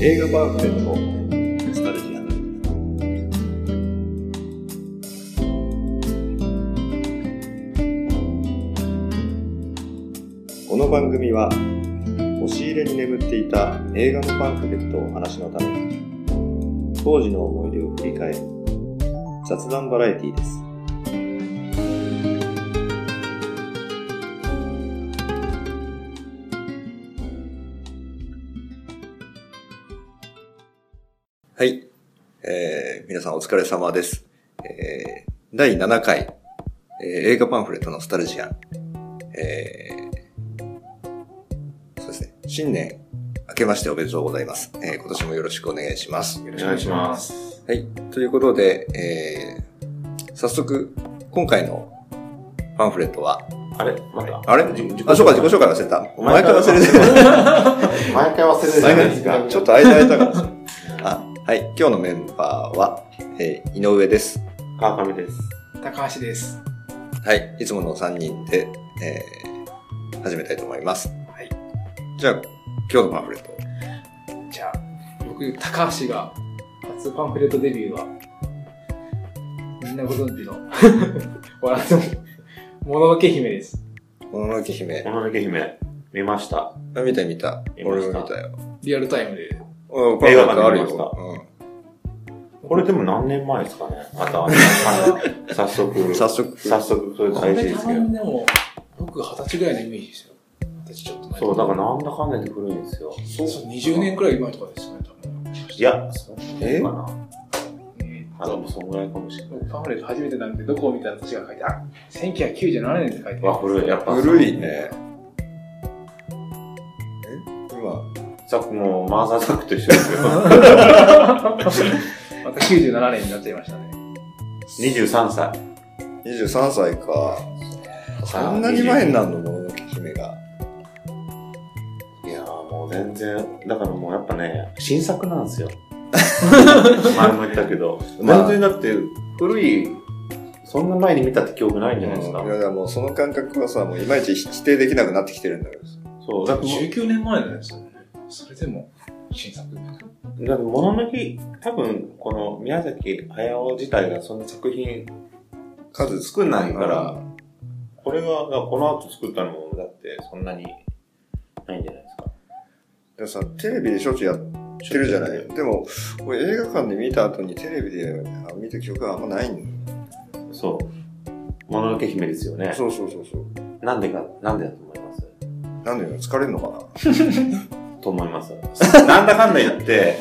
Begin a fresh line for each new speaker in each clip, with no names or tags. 映画パンフレットのスタルジアンこの番組は押し入れに眠っていた映画のパンフレットを話のために当時の思い出を振り返る雑談バラエティーですはい、えー皆さんお疲れ様です、えー第7回、えー映画パンフレットのスタルジアン、えーそうですね。新年明けましておめでとうございます。えー今年もよろしくお願いします。
よろしくお願いします。
はい。ということで、えー、早速、今回のパンフレットは、
あれまた
あれ
じ自己
あ、そうか、自己紹介忘れた。
お前
前
か
からら忘れてた。
毎回忘れるじゃ
前
な
か
いです
ら
か。
ちょっと間空いたからさ。あ、はい。今日のメンバーは、えー、井上です。
川上です。
高橋です。
はい。いつもの3人で、えー、始めたいと思います。はい。じゃあ、今日のパンフレット。
じゃあ、僕、高橋が初パンフレットデビューは、みんなご存知の、笑っても、もののけ姫です。
もののけ姫
も。ののけ姫、見ました。
あ見た見た。
見ま
俺
した
も見たよ。
リアルタイムで。
うん、
映画館で見ました
よ。
これでも何年前ですかねま た、あの早
うん、
速、
早速。
早速、それ大事です
こ
けど
れ多分。でも、僕二十歳ぐらいのイメージですよ。二十歳ちょっと前。
そう、だからなんだかんだで古いんですよ。
そう20年くらい前とかですよね、多分。
いや、そんな
え
かな。
えー
あ、でもそんぐらいかもしれない。
僕パンフレット初めてなんで、どこを見たら私が書いてある、1997年って書いてある。
わ、古い。やっぱ、
古いね。え今、
さっきもうマーザーザックと一緒ですよ。
また97年になっちゃいましたね。
23歳。
23歳か。そんなに前になるのもののけ姫が。
いやーもう全然、だからもうやっぱね、新作なん ですよ。前も言ったけど。
まあ
全然だって、古い、そんな前に見たって記憶ないんじゃないですか。
いや、だからもうその感覚はさ、もういまいち否定できなくなってきてるんだけどさ。
そう、だっても
19年前なんですよね。それでも、新作。
う、だってもののけ、多分、この宮崎駿自体がそんな作品、
数
少ないから、これは、だからこの後作ったのも、だってそんなにないんじゃないですか。
でもさ、テレビでしょっちゅうやってるじゃない。でも、俺映画館で見た後にテレビであ見た記憶はあんまないんだ
そう。もののけ姫ですよね。
そうそうそうそう。
なんでか、なんでだと思います
なんでよ疲れるのかな
と思います。 なんだかんだ言って、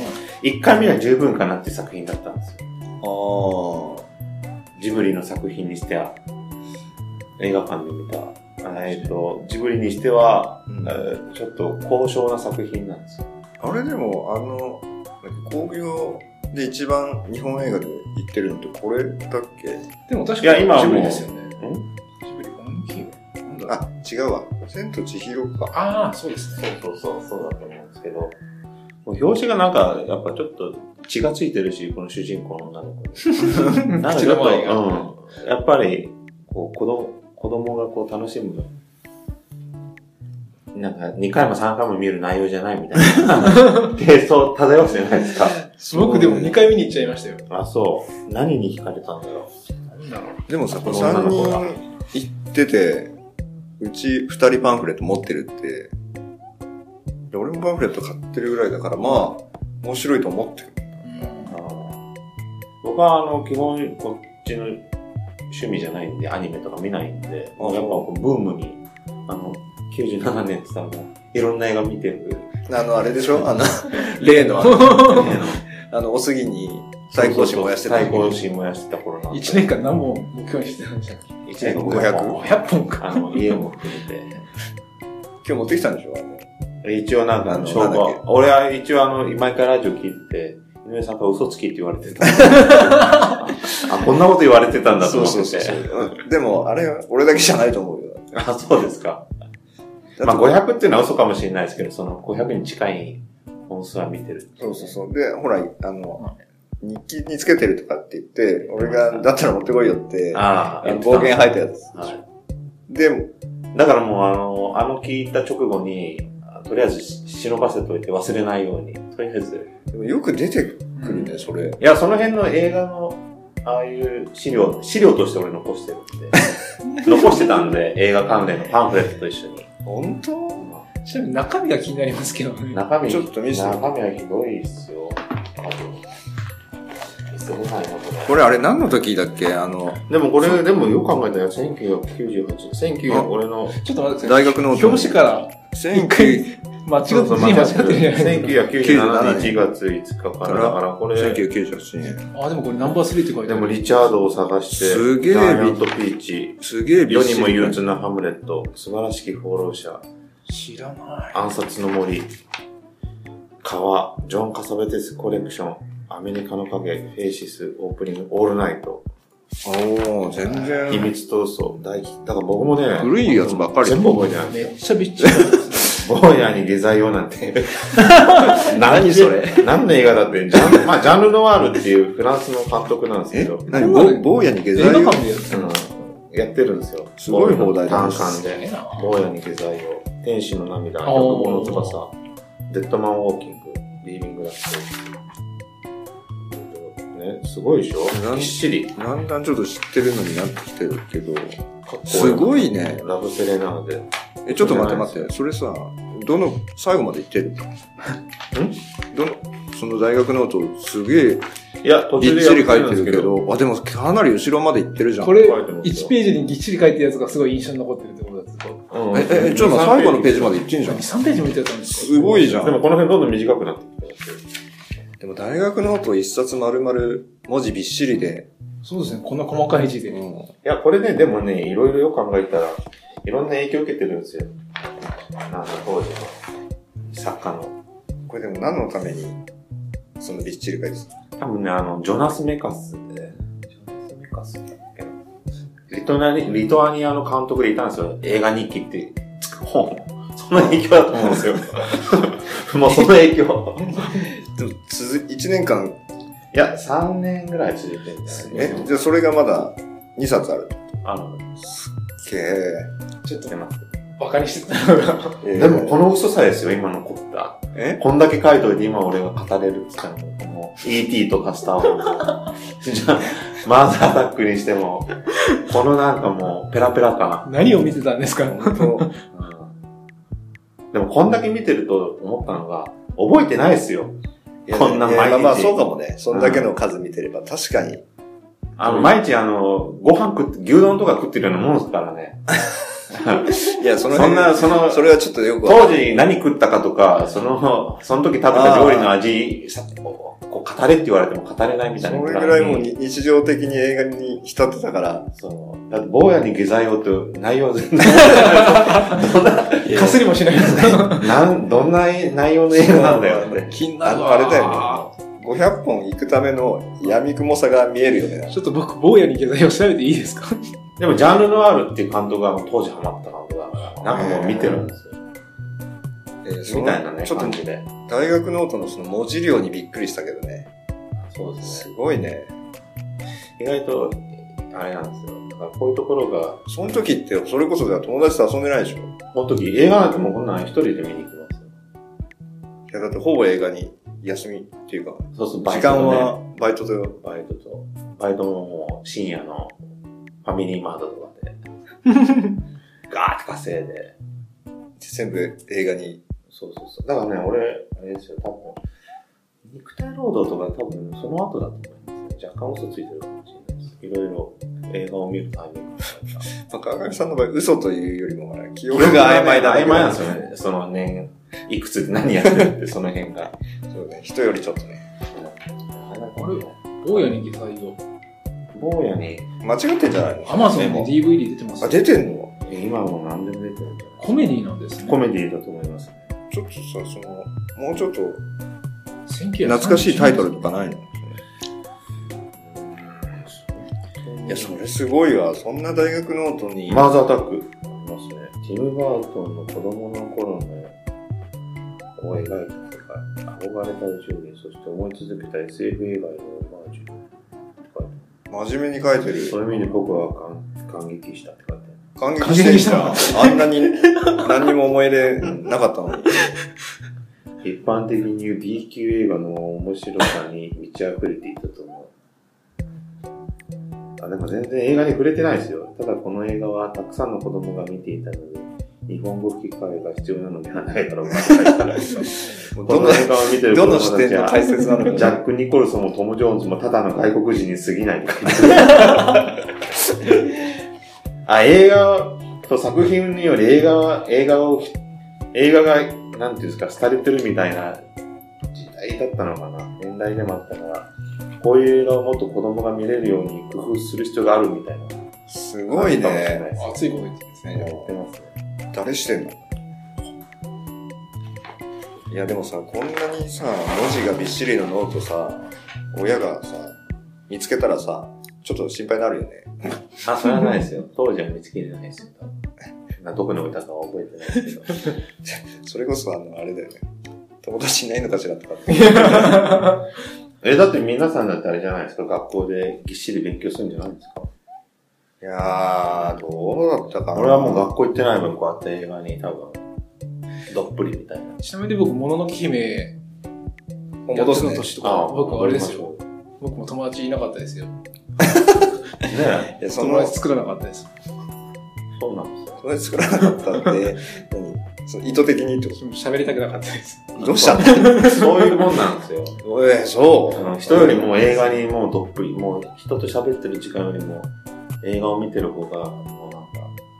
一回目は十分かなっていう作品だったんですよ。
ああ。
ジブリの作品にしては、映画館で見た。えっと、ジブリにしては、
うん
えーちょっと高尚な作品なんですよ。
あれでも、あの、なんか興行で一番日本映画で言ってるのってこれだっけ
でも確
いや
かに
今は
ジ
もう
ブリですよね。
ん
ジブリ、モンキーなんだろう
あ、違うわ。千と千尋か。
ああ、そうですね。
そうそうそう、そうだと思うんですけど、もう表紙がなんか、やっぱちょっと血がついてるし、この主人公の女の子に。なんか
口
ちょ
の
っと、
周りが
うん。やっぱり、こう、子供、子供がこう楽しむ、なんか2回も3回も見る内容じゃないみたいな。 幻想漂うじゃない ですか。
僕でも2回見に行っちゃいましたよ。
あ、そう。何に惹かれたんだろ
なんだろう。
でもさ、この
女
3
の子が
人行ってて、うち2人パンフレット持ってるって、で俺もパンフレット買ってるぐらいだから、まあ、面白いと思ってる。
う。僕は、あの、基本、こっちの趣味じゃないんで、アニメとか見ないんで、やっぱ
そう
こうブームに、あの、97年って多分、いろんな映画見て る。
あの、あれでしょ あの、例の、あの、おすぎに対抗心燃やしてた。
対抗心燃やしてた頃なんで。
1年間何本目標にしてたんでしたっけ
一年間
500
?100 本か。
あの、家も含め
今日持ってきたんでしょあの
て。一応なんかあの、証
なんだっけ
拠。俺は一応あの、毎回ラジオ聞いてて、井上さんから嘘つきって言われてた。あ、こんなこと言われてたんだと思ってて。
うんでも、あれ、俺だけじゃないと思うよ。
あ、そうですか。
だって
まあ、500っていうのは嘘かもしれないですけど、その500に近い本数は見てる。
そうそうそう。で、ほら、あの、日記につけてるとかって言って、俺が、だったら持ってこいよって、あ
ああ、
の暴言吐いたやつ。
は
でも、
い。だからもう、あの、あの聞いた直後に、あとりあえずし忍ばせといて忘れないように。とりあえず。
でもよく出てくるね、それ。
いや、その辺の映画の、ああいう資料、資料として俺残してるん で。残してたんで、映画関連のパンフレットと一緒に。
本当
ちなみに中身が気になりますけどね。
中身、
ちょっと見せて
中身はひどいっすよ。あと、見せれないな、これ。
これあれ何の時だっけあの、
でもこれ、でもよく考えたら、1998年、1900、
あ
俺の、
ちょっと待ってください。
大学の
表紙から
1900
間違って
そうそう
字間違ってるじゃないです
1997年1月5日からだから、これ、
1998年。
か。あ、でもこれナンバースリーって書いて
で
ある。
もリチャードを探して、
すげえ
ジャイアントピーチ、
すげえび
世
っ
に
し
も
り
憂鬱なハムレット、素晴らしき放浪者、
知らない。
暗殺の森、川、ジョン・カサベテスコレクション、アメリカの影、フェイシス、オープニング、オールナイト、
おー、全
秘
然。
密闘争、大吉、だから僕もね、
古いやつばっかり
全部覚えてないんです
め
よ
っちゃびっちり。
坊やに下剤用な んて。
何それ
何の映画だって、ジャンまあ、ジャンルノワールっていうフランスの監督なんですけ
え
ど、
何
こん
ぼ
なの
坊やに 下
映
剤
画
を
館でやって
うんやってるんですよ。
すごい放題だ
単
ね
館
るんだ
で。
よな。
坊やに下剤を、天使の涙、
あー
欲望の翼、デッドマンウォーキング、リービングラスね、すごいでしょ
なん
ぎっしり。か
だんだんちょっと知ってるのになってきてるけど。
っこいい
すごいね。
ラブセレナーで。
え、ちょっと待って待って。それさ、どの、最後まで言ってるんどの、その大学ノートすげえ
いや、途
び
中
っ
で
ち
や
り書
め
いて
んです
るけど、あ、でもかなり後ろまで行ってるじゃん。
これ、
書いてますよ
1ページにぎっちり書いてるやつがすごい印象に残ってるってことだった。
うん
え、え、えちょっと待って最後のページまで行ってんじゃ
2、
ん。
3ページもいてたんですか
すごいじゃ
でも
ん。
この辺どんどん短くなってきてますよ
でも大学ノート一冊丸々文字びっしりで、
そうですね、こんな細かい字で。
うん。
いや、これね、でもね、いろいろよく考えたら、いろんな影響を受けてるんですよ。なんか当時の作家の。
これでも何のために、そのびっちり書いて
多分ね、あの、ジョナス・メカスって、ジョナス・メカスだっけなリトナリリトアニアの監督でいたんですよ。映画日記ってつく本。その影響だと思うん ですよ。もうその影響。
たでも、続、1年間、
いや、3年ぐらい続いてるんですよ。
え、じゃあそれがまだ2冊ある。
あの、
けえ
ちょっと
出ます。
バカにしてたのが。
えー
でもこの嘘さえですよ、今残った。
え
こんだけ書いといて今俺が語れるって言ったのにもう ET とかスターウォー ズ。じゃあ、マザーアタックにしても、このなんかもうペラペラ感。
何を見てたんですか
本当
うんでもこんだけ見てると思ったのが、覚えてないですよ。
いや
こんな毎日
いやまあまあそうかもね。そんだけの数見てれば、確かに。
あの、毎日あの、ご飯食って、牛丼とか食ってるようなもんですからね。
いや、そ
そ
の辺
んな、その、
それはちょっとよくわか
当時何食ったかとか、その、その時食べた料理の味、さこうこう語れって言われても語れないみたいな。
それぐらいもうに日常的に映画に浸ってたから。
そう。だって、坊やに下剤をって内容全 然、
かすりもしないですね。
なん、どんな内容の映画なんだよって。
気に
あの、あれだよね。500本行くための闇雲さが見えるよね。
ちょっと僕、坊やに下剤を調べていいですか
でも、ジャンルノワールっていう監督がもう当時ハマった監督だから、なんかもう見てるんですよ。
えーその
みたいなね、
ちょっと
感じで。
大学ノートのその文字量にびっくりしたけどね。
そうですすね。
ごいね。
意外と、あれなんですよ。だから、こういうところが、
その時って、それこそじゃあ友達と遊んでないでしょい
この時、映画なんてもうこんなん一人で見に行きます
や、
よ。
だってほぼ映画に休みっていうか、
そうそう、バ
時
イト
間
とね
はバイトで、
バイトと、バイトももう深夜のファミリーマートと かで、ガーって稼いで、
全部映画に。
そうそうそう。だからね、俺、あれですよ、多分、肉体労働とか多分その後だと思いますね。若干嘘ついてるかもしれないです。いろいろ映画を見るタイミングとか。
まあ、川上さんの場合、嘘という よりも、ほら記憶が曖昧だ
曖昧なんです
よ。
よね。その年、いくつで何やってるって、その辺が。
そうね。人よりちょっとね。
坊やに下剤を。
坊やに、
間違ってんじゃないの
アマゾンで DVD 出てま
あ、
す。
出てんの
今もう何でも出てるんじゃない
コメディなんですね。
コメディだと思いますね。
ちょっとさ、その、もうちょっと
1930
懐かしいタイトルとかないのいや、それすごいわ。そんな大学ノートに。
マーズアタックありますね。ティム・バートンの子供の頃のを描いた世界、憧れた宇宙人、そして思い続けた SF 映画へのオマージュって書いてあ
真面目に書いて
る。
る。
そういう意味で僕は感感激したって書いてある。
感激してき
感
た。あんなに、何にも思い入れなか ったのに。
一般的に言う B 級映画の面白さに満ち溢れていたと思う。あでも全然映画に触れてないですよ。ただこの映画はたくさんの子供が見ていたので、日本語機会が必要なのではないだろうか。 こ
どん
の
な、
映画を見てる子
ど
供
の
た
視点
ち
が
は
大切なの
ジャ
か。
ック・ニコルソンもトム・ジョーンズもただの外国人に過ぎない。 あ、映画と作品により映画は、映画を、映画が、なんていうんですか、廃れてるみたいな時代だったのかな。年代でもあったから、こういう映画をもっと子供が見れるように工夫する必要があるみたいな。す
すごいね。
熱いこと言ってますね。
やってますね。
誰してんのいやでもさ、こんなにさ、文字がびっしりのノートさ、親がさ、見つけたらさ、ちょっと心配になるよね。
あ、それはないですよ。当時は見つけれないですよ。多分 などこに置いたかは覚えてないですけど。
それこそあの、あれだよね。友達いないのかしらとかって。
え、だって皆さんだってあれじゃないですか、学校でぎっしり勉強するんじゃないんですか。
いやー、どうだったかな。
俺はもう学校行ってない分、こうやって映画に多分、どっぷりみたいな。
ちなみに僕、もののけ姫、
もう
やっ
戻
つ
す
の
ね
年とか、僕、あれですよ。
よ。
僕も友達いなかったですよ。
ね
いや、そ
友
の
達、作らなかったです。
そうなんですよ。
友達作らなかったんで、何その意図的にってこ
喋りたくなかったです。
とどうしたの
そういうもんなんですよ。
えー、そ
あの人よりも映画にもうどっぷり、もう人と喋ってる時間よりも、映画を見てる方が、も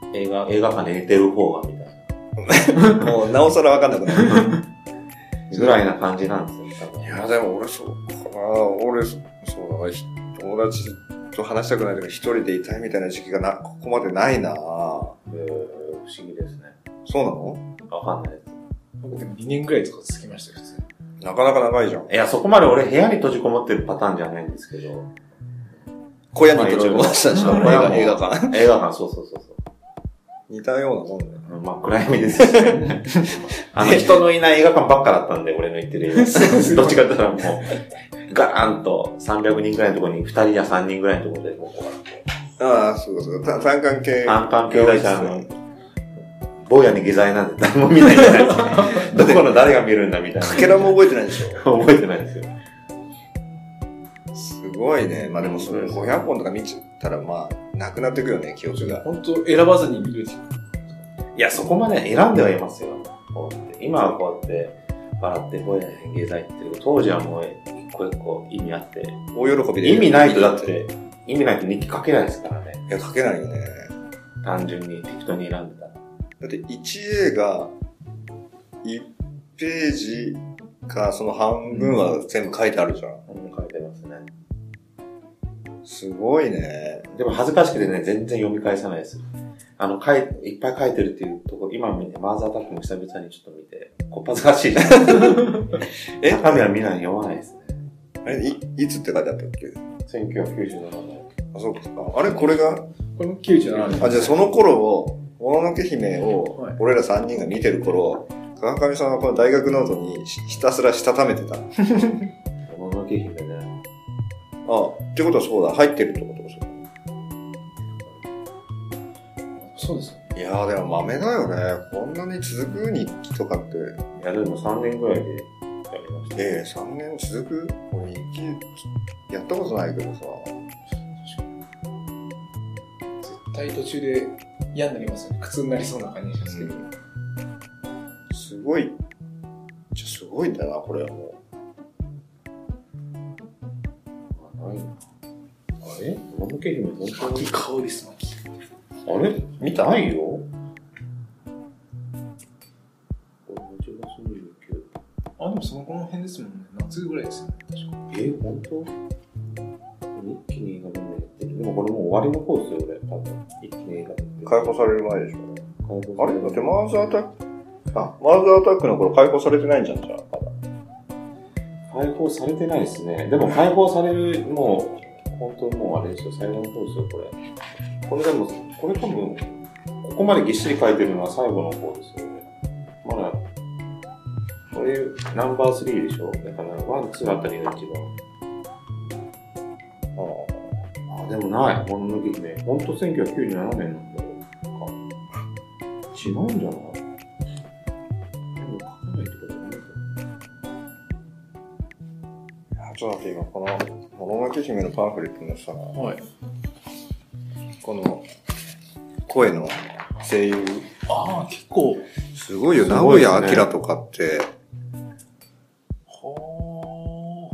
うなんか、映画、映画館で寝てる方がみたいな。
う。もう、なおさらわかんなくなる。
ぐらいな感じなんですよ、多
い
分。
や、でも俺そうかな。俺、そそうだな。ひ友達と話したくないとか一人でいたいみたいな時期がな、ここまでないなそ
えー不思議ですね。
うなの
わかんないです。
僕、でも2年ぐらいとか続きましたよ、普通に。
なかなか長いじゃん。
いや、そこまで俺部屋に閉じこもってるパターンじゃないんですけど、
小屋に閉じこもってたでしょ、
まあ
映
いろいろ
画映画館。
映画館、そうそうそうそう。
似たようなもんだよ。
うんまあ、暗闇ですし ね。あの、人のいない映画館ばっかだったんで、俺の行ってる 映画館。どっちかって言ったらもう、ガーンと300人ぐらいのところに2人や3人ぐらいのところで、こう、
ああ、そうそう。た単管系。
単管系だし、あの、坊やに下剤なんて誰も見ないじゃ ないですか。どこの誰が見るんだみたいな。
かけらも覚えてないでしょ。
覚えてないですよ。
すごいね。まあでもそれ500本とか見ちゃったら、まあ、なくなってくよね、記憶が。
本当選ばずに見る。
いや、そこまで選んではいますよ。こうやって今はこうやって、笑って、坊やに下剤って言ってるけど、当時はもう、一個一個意味あって、
大喜びで。
意味ないとだっ。て、意味ないと日記書けないですからね。
いや、書けないよね。
単純に適当に選んでたら。
だって1映画、1ページかその半分は全部書いてあるじゃん。
うん書いてますね。
すごいね。
でも恥ずかしくてね、全然読み返さないです。あの、書い、いっぱい書いてるっていうとこ、今見て、マーズアタックも久々にちょっと見て、こっぱずかしいじゃ ん。
え
中身は見ない、読まないですね。
あれ、い、いつって書いてあったっけ
1997年。
あ、そうか。あれ、これが、
これも97年。
あ、じゃあその頃を、もののけ姫を
はい、
俺ら3人が見てる頃、川上さんはこの大学ノートにひひたすらしたためてた。あ
もののけ姫ね。
ってことはそうだ、入ってるってことかそう
そうですよ。
いやーでも豆だよね。こんなに続く日記とかって、
いや、でも3年ぐらいでやりました。
ええ3年続く俺日記、やったことないけどさ。
絶対途中で嫌になりますよね。苦痛になりそうな感じですけど。
すごい、じゃあすごいんだな、これはも
あないなあれもののけ姫本当に。
香りすまき。
あれ見たないよ。これ8月
あ、でもそのこの辺ですもんね。夏ぐらいですよね。確か
29。えー、本当一気に映画見ないってる。でもこれもう終わりの方ですよ、俺。多分。一気に映画見て
う、
る。
解放される前でしょ。
解放
あれだってマーズアタック、あ、マーズアタックの頃解放されてないんじゃん、じゃあ。まだ
解放されてないですね。でも解放される、もう、本当もうあれですよ、最後の方ですよ、これ。これでも、これ多分、ここまでぎっしり書いてるのは最後の方ですよね。まだ、これ、ナンバー3でしょだから、ワン、ツーあたりが一番。ああ、でもない、もののけ姫。ほんと1997年なんだよ。違うんじゃないなんか書かないとかじゃない
ちょっと待って、今この、もののけ姫のパンフレットのさ、
はい。
この、声の声優、
ああ、結構。
すごいよ、
す
名
ご
古
いですね
屋明とかって、
は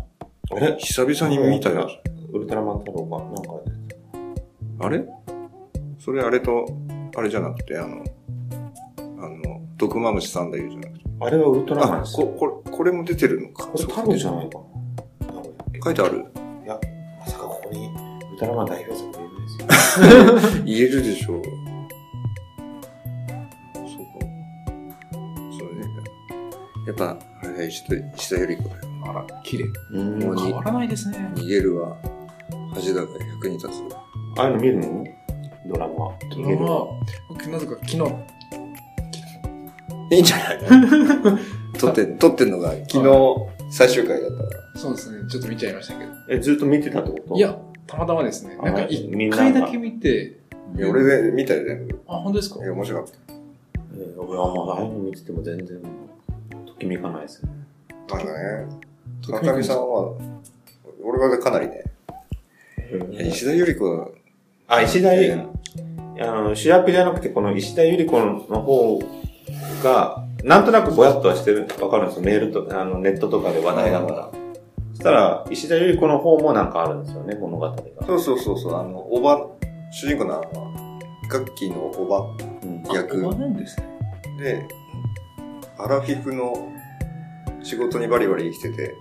え
久々に見たよ。
ウルトラマン太郎が、なんかね、
あれそれあれと、あれじゃなくて、あの、あの、毒マムシさんだよじゃなくて。
あれはウルトラマン
あ
で、す
こ
よ。、
これ、これも出てるのか。
これタロじゃないかな。名古屋
書いてある
まさかここにウルトラマン代表作がいるんですよ。
言えるでしょう。そうか。そうね。やっぱ、あれだ、石田石田より子だよ。
あ。あら、綺麗。
う
もうに
ん。
変わらないですね。
逃げるは恥だが役に立つ。
ああいうの見るのドラマは。
ドラマ、僕なぜか昨日、
いいんじゃない撮って、撮ってんのが昨日最終回だったから。
そうですね、ちょっと見ちゃいましたけど。
え、ずっと見てたってこと
い、や、たまたまですね。なん
あ
か一
みんなが
回だけ見て、
いや俺で見たよ、全部。
あ、本当ですか
いや、面白かっ
えー、俺はまあ、ああいうの見てても全然、ときめかないですよね。
た。なんかね、高見さんは、俺はかなりね、いや石田ゆり子は、
あ、石田ゆり
え、
あの、主役じゃなくて、この石田ゆり子の方が、なんとなくぼやっとはしてる、わかるんですよ。メールと、あの、ネットとかで話題だから。そしたら、石田ゆり子の方もなんかあるんですよね、物語が。
そうそうそうそう、あの、おば、主人公のあの、ガッキーのおば
うん
いや役
あここなんですね。
で、アラフィフの仕事にバリバリ生きてて、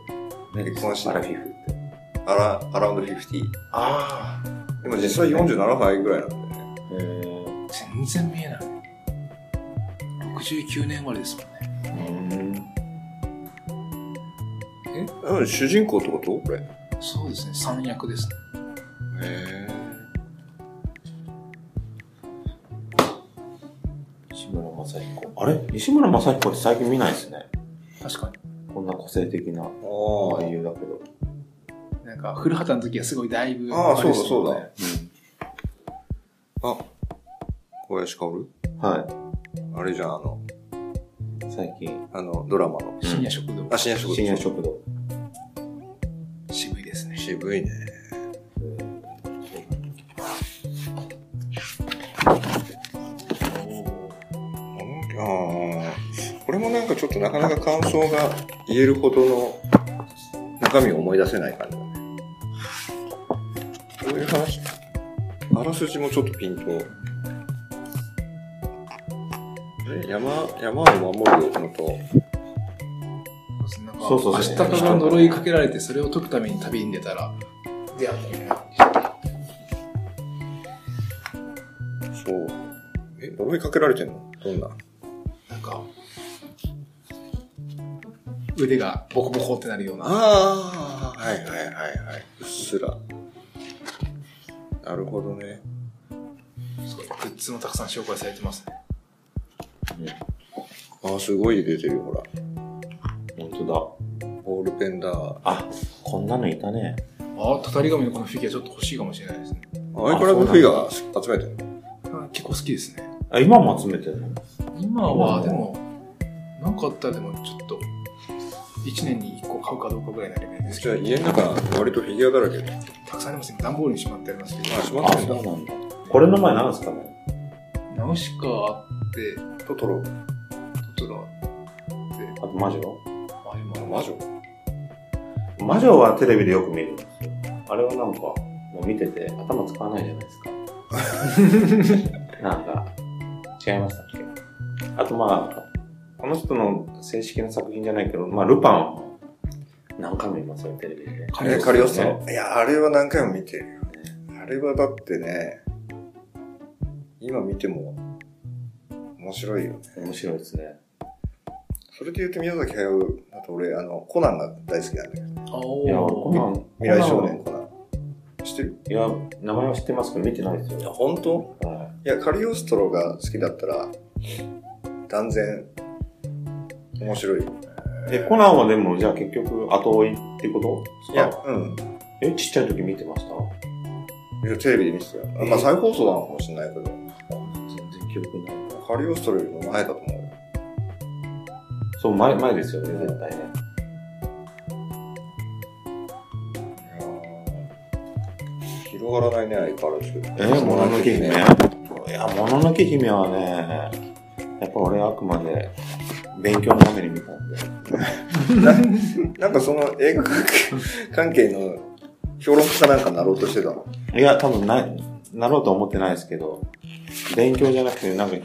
結婚して
アラフィフって。
アラ、アラウンドフィフティー。
ああ。
でも実際47歳ぐらいなんだよね。
えー、
全然見えない。69年生まれですもんね。
うん。
うん、主人公ってことこれ。へ
そうですね、三役ですね。
え。
西村正彦。あれ西村正彦って最近見ないですね。
確か
こんな個性的な
あ
俳優だけど。
に。なんか、古畑の時はすごいだいぶ。
ああ、そうだ
れです
そ
もん
う
ね
だ。あ、小林薫
うん。は
あれじゃん、あの、
い。最近、
あの、ドラマの。
深夜食堂。
あ、深夜食堂。
深夜食堂。
渋いですね。
渋いね。ああ、これもなんかちょっとなかなか感想が言えるほどの中身を思い出せない感じだね。そういう話、あらすじもちょっとピンと。え山、山を守るのと、
そうですね。なんか、
そうそうそう
明日から呪いかけられて、それを解くために旅に出たら、出会ったみたいな。
そう。え、呪いかけられてんのどんな
なんか、腕がボコボコってなるような。
ああ、はいはいはいはい。うっすら。なるほどね。
すごいグッズもたくさん紹介されてますね。
ああ、すごい出てる、ほら。
本当
ボールペンだ。あ
だ。あ、こんなのいたね。
あ、たたり神のこのフィギュアちょっと欲しいかもしれないですね。
相変わらずフィギュア集めてるの
結構好きですね。
あ、今も集めてるの
今は、
うん
でも、なんかあったらでもちょっと、1年に1個買うかどうかぐらいのレベルです
じ
け
ゃあ家の中、割とフィギュアだらけで。
ど、たくさんありますね。段ボールにしまってありますけ
あ、しま
あ、
って
そ
んだ。
うなんだ。これの前なんですかね
ど、ナウシカあって、
トトロ。
トトロあって、
あと魔女
あれもある
魔女
魔女はテレビでよく見るんですよ。あれはなんか、もう見てて頭使わないじゃないですか。なんか、違いましたっけあとまあ、この人の正式な作品じゃないけど、まあ、ルパンは何回も見ますよ、テレビでね。
カ
え、カ
カ
リ
リ
オ
オ
ス
ス
ト
ト
ロ
ロ。
いや、あれは何回も見てるよね。あれはだってね、今見ても面白いよね。
面白いですね。
それで言うと宮崎駿、あと俺、あの、コナンが大好きなんだけど。
あ
いや、コナン、
未来少年コナン。知ってる
いや、名前は知ってますけど、見てないです
いや、
よ。
本当
はい
や、カリオストロが好きだったら、断然、面白い。
い、え、コナンはでも、じゃあ結局、後追いってことですか
いや、うん。
え、ちっちゃい時見てました
いやテレビで見てたよ。まあ、再放送なのかもしれないけど。
全然記憶にない。
わカリオストロよりも前だと思うよ。
そう、前、前ですよね、絶対ね。
いやー広がらないね、相変わらず。
えー、もののけ姫いや、もののけ姫はね、やっぱ俺あくまで勉強のために見たんで。
なんかその映画関係関係の評論家かなんかなろうとしてたの。
いや、多分ない、なろうとは思ってないですけど、勉強じゃなくて、なんか、や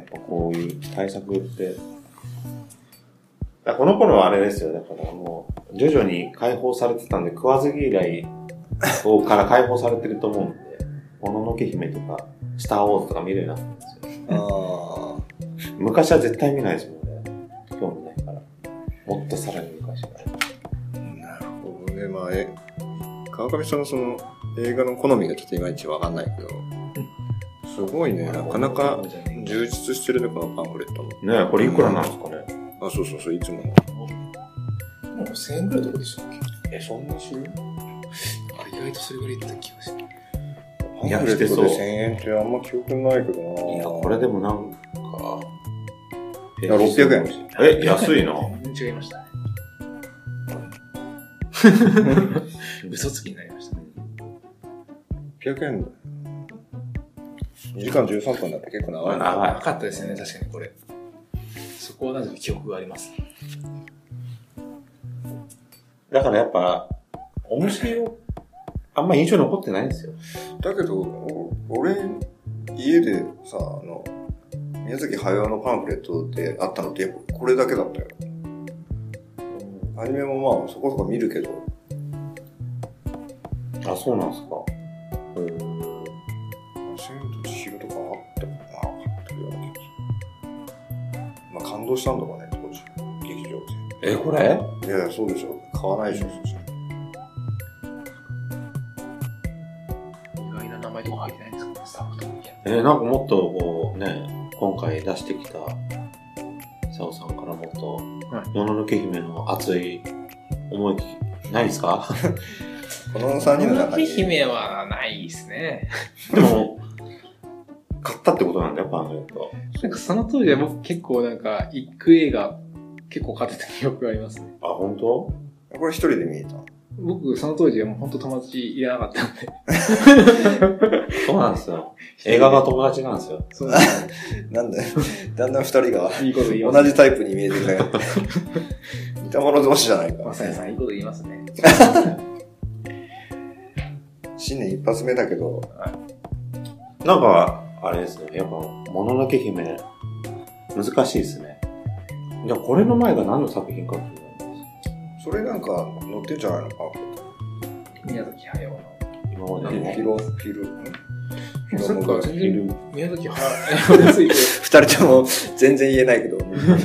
っぱこういう対策って、あこの頃はあれですよ、だからもう、徐々に解放されてたんで、食わず嫌いをから解放されてると思うんで、もののけ姫とか、スターウォーズとか見るようになったんです
あ
よ。昔は絶対見ないですもんね。興味ないから。もっとさらに昔から。
あ、なるほどね。まあ、え、川上さんのその映画の好みがちょっといまいちわかんないけど、すごいね、なかなか充実してるね、このパンフレットも。
ねえ、これいくらなんですかね。
あ、そうそうそう、いつもの。
もう1000円ぐらいとかでしたっけ
え、そんなする
あ意外とそれぐらいいった気がします
パンフレットで1000円ってあんま記憶ないけどな。
いや、これでもなんか、
いや600円
円。え、安いな。
全然違いまし たね嘘つきになりましたね
800円だ。2時間13分だって結構長いな。
長
なかったですよね確かにこれそこはなぜか記憶があります
い。だからやっぱ、面白い、あんま印象に残ってないんですよ。
だけど、お俺、家でさ、あの、宮崎駿のパンフレットであったのって、やっぱこれだけだったよ。アニメもまあ、そこそこ見るけど、
あ、そうなんですか。
千と千尋とかあったかな、あったような気がする。まあ、感動したんだかね、当時、劇場
え、これ
で。いやいや、そうでしょ。買わないでしょ、そしたら
意外な名前とか入ってないんですかねスタッフとか
えなんかもっとこうね、今回出してきた、サオさんからもっと、
はい
もののけ姫の熱い思い、ないですか
この3人の中に、
姫はないですね
でも、買ったってことなんだよ、パンフレット。
なんかその当時は僕結構なんか一句映画結構買ってた記憶がありますね
あ、本当？
これ一人で見えた。
僕その当時はもう本当友達いらなかったんで
そうなんですよ。映画が友達なんですよ。
そうなんです
なんで、 だんだん二人が
ねいいこと言います
同じタイプに見えてくれ。 似た者同士じゃないか。
まさやさんいいこと言いますね
新年一発目だけど、
なんか、あれですね。やっぱ、もののけ姫、難しいですね。じゃあ、これの前が何の作品かっていうの
それなんか載ってんじゃないのか
宮崎駿の
今ま
フ
で
ィ
ね。
ロ、フィロ、ん
そっか全
い
然
る
宮崎駿 について
二人とも全然言えない けど、フィえフ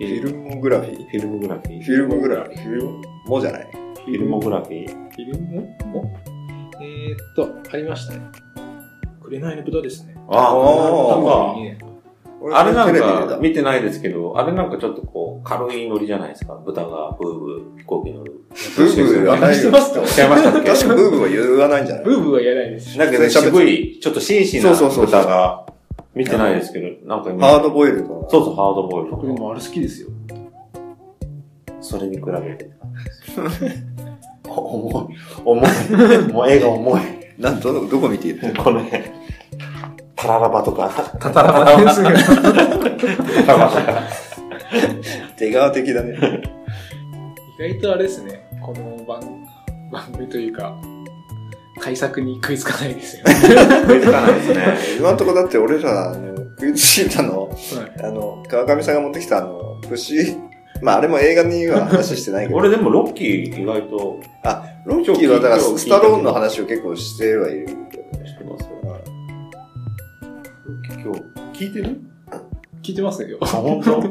ィフィルモグラフィー
フィルムグラフィー。
フィルモグラフィーフィルモじゃない
フィルモグラフィー。
フィルムもえー、っと、ありましたね。紅の豚ですね。
あ
あ
あ、あれなんか、
見
見てないですけど、あれなんかちょっとこう、軽いノリじゃないですか。豚がブーブー飛行機乗る。
ブーブーはない
知って
よ。
ますか
違いましたっけ
確かブーブーは言わないんじゃない
ブーブーはやらないです。
なんかね、渋い、ちょっと紳士な
そうそうそうそう
豚が、見てないですけど、なんか今
ハードボイルドな
そうそう、ハードボイルド
僕でもあれ好きですよ。
それに比べて。重い。重い。もう映画重い。
なんど、どこ見て 言ってる
この辺。タララバとか。
たたらばですが。
出川的だ ね。
意外とあれですね、この番、番組というか、対策に食いつかないですよね。
食いつかないですね。
今んとこだって俺ら、あの、クイズシータの、
はい
あの、川上さんが持ってきたあの、牛、まああれも映画には話してないけど、
俺でもロッキー意外と
ロッキーはだからスタローンの話を結構してはいるけどね。
してますよ。今日、聞いてる
聞いてますよ
あ、。本 当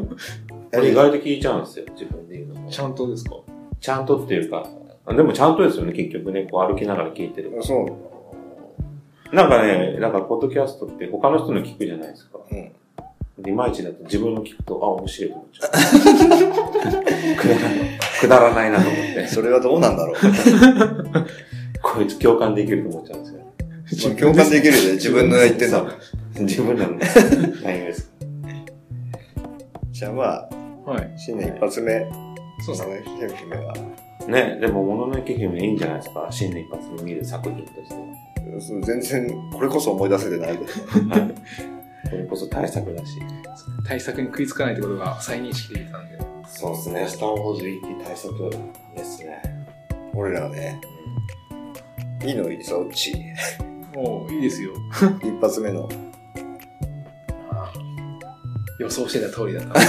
俺意外と聞いちゃうんですよ、自分で言うのも。
ちゃんとですか
ちゃんとっていうか、あでもちゃんとですよね、結局ね、こう歩きながら聞いてるから。
そう。
なんかね、なんかポッドキャストって他の人の聞くじゃないですか。
うん
いまいちだと自分の聞くと、あ、面白いと思っちゃう。 くだらないくだらないなと思って、
それはどうなんだろう。
こいつ共感できると思っちゃうんですよ。
まあ共感できるよね、自分の言ってんだもん。
自分 らの内容です。
じゃあまあ、
はい。
新年一発目、
そうですね。
ね、姫姫は、
ね、でも、もののけ姫いいんじゃないですか。新年一発目見る作品として。
そう全然、これこそ思い出せてないけど。
これこそ大作だし。
対策に食いつかないってことが再認識できたんで。
そうですね、スター・ウォーズ一気大作ですね。
俺らはね、いいのいいさ、うち。
もういいですよ。
一発目の。
予想してた通りだった。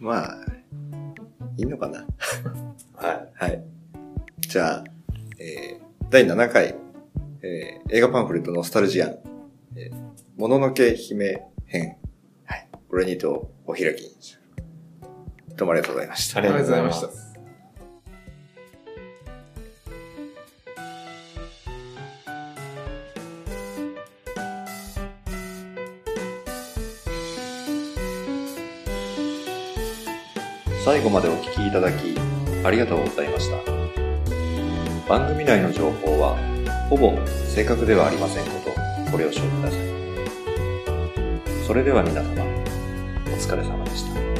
まあ、いいのかな。
は
はい。じゃあ、えー第7回、えー映画パンフレットノスタルジアン、えーもののけ姫編。はい。これにてお開きにしますどうもありがとうございました。
い。ありがとうございました。
最後までお聞きいただき、ありがとうございました。番組内の情報は、ほぼ正確ではありませんこと、ご了承ください。それでは皆様、お疲れ様でした。